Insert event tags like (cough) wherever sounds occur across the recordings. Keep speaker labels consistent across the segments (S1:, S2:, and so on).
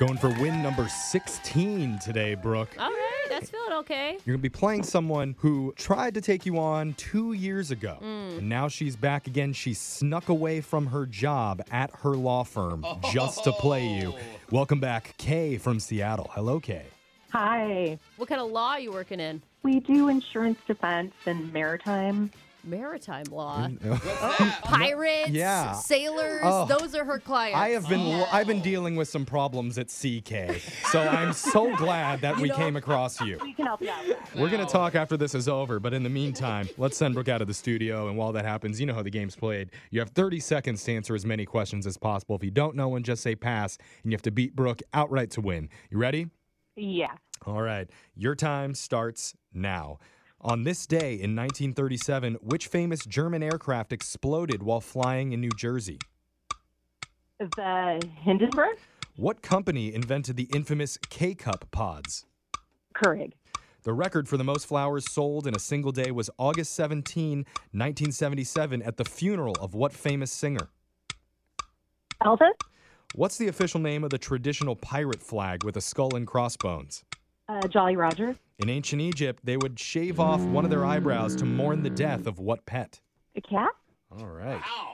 S1: Going for win number 16 today, Brooke.
S2: All right, that's feeling okay.
S1: You're going to be playing someone who tried to take you on two years ago. And now she's back again. She snuck away from her job at her law firm just to play you. Welcome back, Kay from Seattle. Hello, Kay.
S3: Hi.
S2: What kind of law are you working in?
S3: We do insurance defense and maritime.
S2: Maritime law. Oh,
S1: I
S2: (laughs) Pirates,
S1: Yeah.
S2: sailors,
S1: Oh.
S2: those are her clients.
S1: have been I've been dealing with some problems at CK. So I'm so glad that we came across you.
S3: We can help you out. with that.
S1: We're going to talk after this is over, but in the meantime, let's send Brooke out of the studio. And while that happens, you know how the game's played. You have 30 seconds to answer as many questions as possible. If you don't know one, just say pass, and you have to beat Brooke outright to win. You ready?
S3: Yeah.
S1: All right. Your time starts now. On this day in 1937, which famous German aircraft exploded while flying in New Jersey?
S3: The Hindenburg?
S1: What company invented the infamous K Cup pods?
S3: Keurig.
S1: The record for the most flowers sold in a single day was August 17, 1977, at the funeral of what famous singer?
S3: Elvis?
S1: What's the official name of the traditional pirate flag with a skull and crossbones?
S3: Uh, Jolly Roger?
S1: In ancient Egypt, they would shave off one of their eyebrows to mourn the death of what pet?
S3: A cat?
S1: All right.
S4: Oh.
S1: Wow.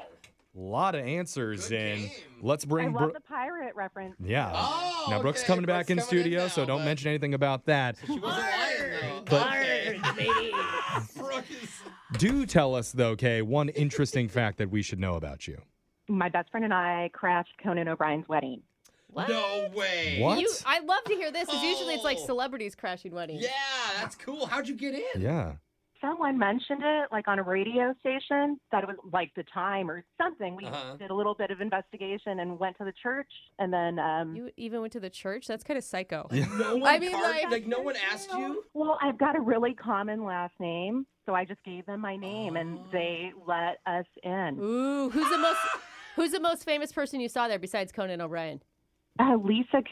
S1: A lot of answers in. Let's
S3: I
S1: bring.
S3: love
S1: Bro-
S3: the pirate reference.
S1: yeah.
S4: Oh,
S1: now Brooke's
S4: okay,
S1: coming back
S4: Brooke's
S1: in
S4: coming in
S1: studio,
S4: now,
S1: so don't
S4: but-
S1: mention anything about that.
S4: She wasn't lying though.
S1: But-
S4: Okay. Brooke is-
S1: Do tell us though, Kay, one interesting fact that we should know about you.
S3: My best friend and I crashed Conan O'Brien's wedding.
S2: What?
S4: No way.
S1: What?
S2: You, I love to hear this. 'cause usually it's like
S4: Oh.
S2: celebrities crashing weddings.
S4: Yeah, that's cool. How'd you get in?
S1: Yeah.
S3: Someone mentioned it, like on a radio station, that it was like the time or something. We
S4: Uh-huh.
S3: did a little bit of investigation and went to the church, and then um,
S2: You even went to the church? That's kind of psycho.
S4: No one
S2: I mean,
S4: card-
S2: like-
S4: like no one asked you.
S3: Well, I've got a really common last name, so I just gave them my name and they let us in.
S2: Oh. Ooh, who's the most who's the most famous person you saw there besides Conan O'Brien?
S3: Uh, Lisa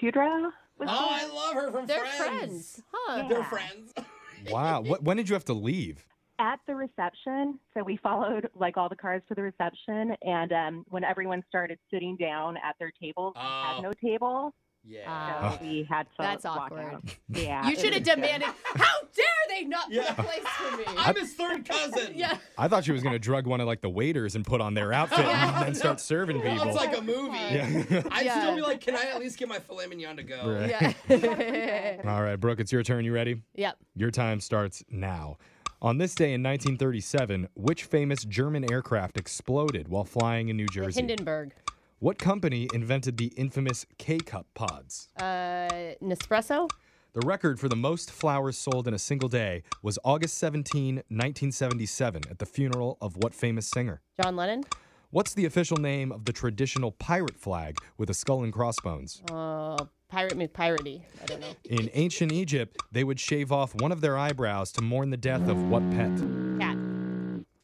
S4: Oh,
S3: Kudrow was
S4: I love her from
S2: They're
S4: Friends.
S2: friends. Huh.
S3: Yeah.
S4: They're friends. (laughs)
S1: Wow. What, when did you have to leave?
S3: at the reception, so we followed like all the cars to the reception, and um, when everyone started sitting down at their tables, we
S4: Oh.
S3: had no table, so
S4: Yeah.
S2: Oh.
S3: we had to
S2: That's
S3: walk
S2: awkward.
S3: out. Yeah,
S2: You
S3: it
S2: should have
S3: was good.
S2: demanded, how dare they not
S4: Yeah.
S2: put a place for me?
S4: I'm his third cousin.
S2: (laughs) yeah.
S4: (laughs)
S1: I thought she was going to drug one of like the waiters and put on their outfit
S4: (laughs)
S1: and then start serving
S4: Well,
S1: people.
S4: it's like a movie. (laughs)
S1: yeah. (laughs)
S4: I'd
S2: Yeah.
S4: still be like, can I at least get my filet mignon to go?
S1: Right.
S2: Yeah.
S1: All right, Brooke, it's your turn. You ready?
S2: (laughs) yep.
S1: Your time starts now. On this day in 1937, which famous German aircraft exploded while flying in New
S2: The
S1: Jersey?
S2: Hindenburg.
S1: What company invented the infamous K Cup pods?
S2: Uh, Nespresso?
S1: The record for the most flowers sold in a single day was August 17, 1977, at the funeral of what famous singer?
S2: John Lennon?
S1: What's the official name of the traditional pirate flag with a skull and crossbones?
S2: Uh, Pirate McPiratey. I don't know.
S1: In ancient Egypt, they would shave off one of their eyebrows to mourn the death of what pet?
S2: Cat.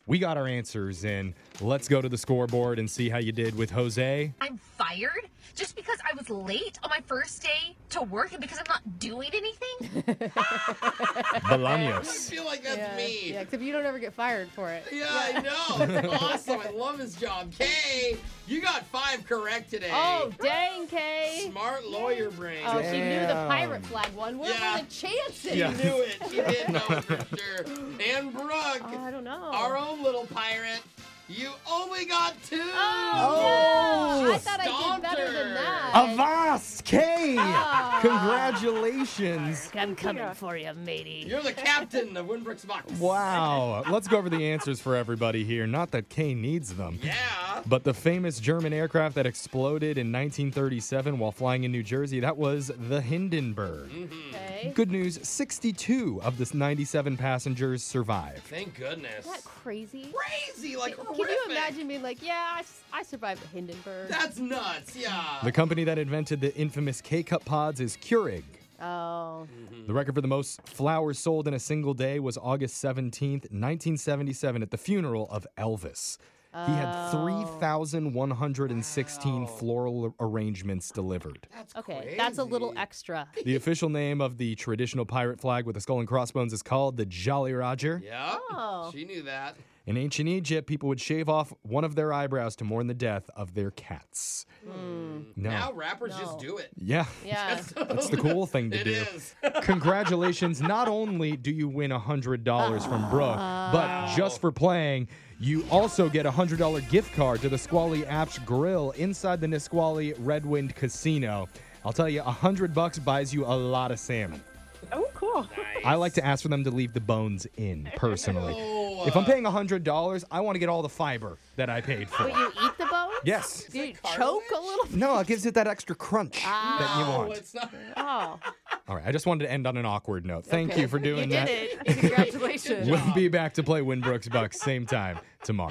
S1: We got our answers in. Let's go to the scoreboard and see how you did with Jose.
S5: I'm fired just because I was late on my first day to work and because I'm not doing anything?
S4: I
S1: Bolaños.
S4: feel like that's me.
S2: Yeah,
S4: Yeah.
S2: except you don't ever get fired for it.
S4: I know. That's
S1: (laughs)
S4: awesome. I love his job. Kay, you got five correct today.
S2: Oh, dang, Kay.
S4: smart lawyer brain.
S2: Oh, she knew the
S1: Damn.
S2: pirate flag one. What
S4: Yeah.
S2: were the chances?
S1: Yeah.
S4: She knew it. She
S1: (laughs)
S4: did know it for sure. And Brooke,
S2: Oh, I don't know.
S4: our own little pirate, you only got two.
S2: Oh, I thought I did
S4: Stomped
S2: better than
S4: her.
S2: that.
S1: Avast, Kay!
S2: Ah.
S1: Congratulations.
S5: I'm coming for you, matey.
S4: You're the captain of Winbrook's box.
S1: Wow. Let's go over the answers for everybody here. Not that Kay needs them.
S4: Yeah.
S1: But the famous German aircraft that exploded in 1937 while flying in New Jersey, that was the Hindenburg.
S2: Hmm. Okay.
S1: Good news 62 of the 97 passengers survived.
S4: Thank goodness.
S2: Isn't that crazy?
S4: Crazy, like
S2: Can
S4: horrific.
S2: you imagine being like, yeah, I, s- I survived the Hindenburg.
S4: That's nuts. Yeah.
S1: The company that invented the infamous K Cup pods is Keurig.
S2: oh,
S1: The record for the most flowers sold in a single day was August 17th, 1977, at the funeral of Elvis. He had 3,116 floral arrangements delivered.
S4: That's
S2: okay. That's a little (laughs) extra.
S1: The official name of the traditional pirate flag with a skull and crossbones is called the Jolly Roger.
S4: Yeah.
S2: Oh.
S4: She knew that.
S1: In ancient Egypt, people would shave off one of their eyebrows to mourn the death of their cats. No.
S4: Hmm. Now rappers just
S2: No.
S4: do it.
S1: yeah.
S2: Yeah.
S1: That's the cool thing
S4: (laughs)
S1: to
S4: It
S1: do.
S4: is.
S1: Congratulations. Not only do you win $100 from Brooke, but just for playing, you also get a $100 gift card to the Squally Apps Grill inside the Nisqually Red Wind Casino. I'll tell you, 100 bucks buys you a lot of salmon.
S3: Oh, cool.
S1: I like to ask for them to leave the bones in (laughs) personally.
S4: Oh,
S1: If I'm paying $100, I want to get all the fiber that I paid for.
S2: Wait, you eat the bone?
S1: Yes.
S2: Do you
S4: that
S2: choke a
S4: cartilage?
S2: little?
S1: No, it gives it that extra crunch that you
S2: Oh,
S4: no,
S1: want.
S4: it's not.
S2: Oh.
S1: Ah. All right, I just wanted to end on an awkward note. Thank
S2: okay.
S1: you for doing
S2: you
S1: that.
S2: did it. (laughs) Congratulations.
S1: We'll be back to play Winbrooks Bucks same time tomorrow.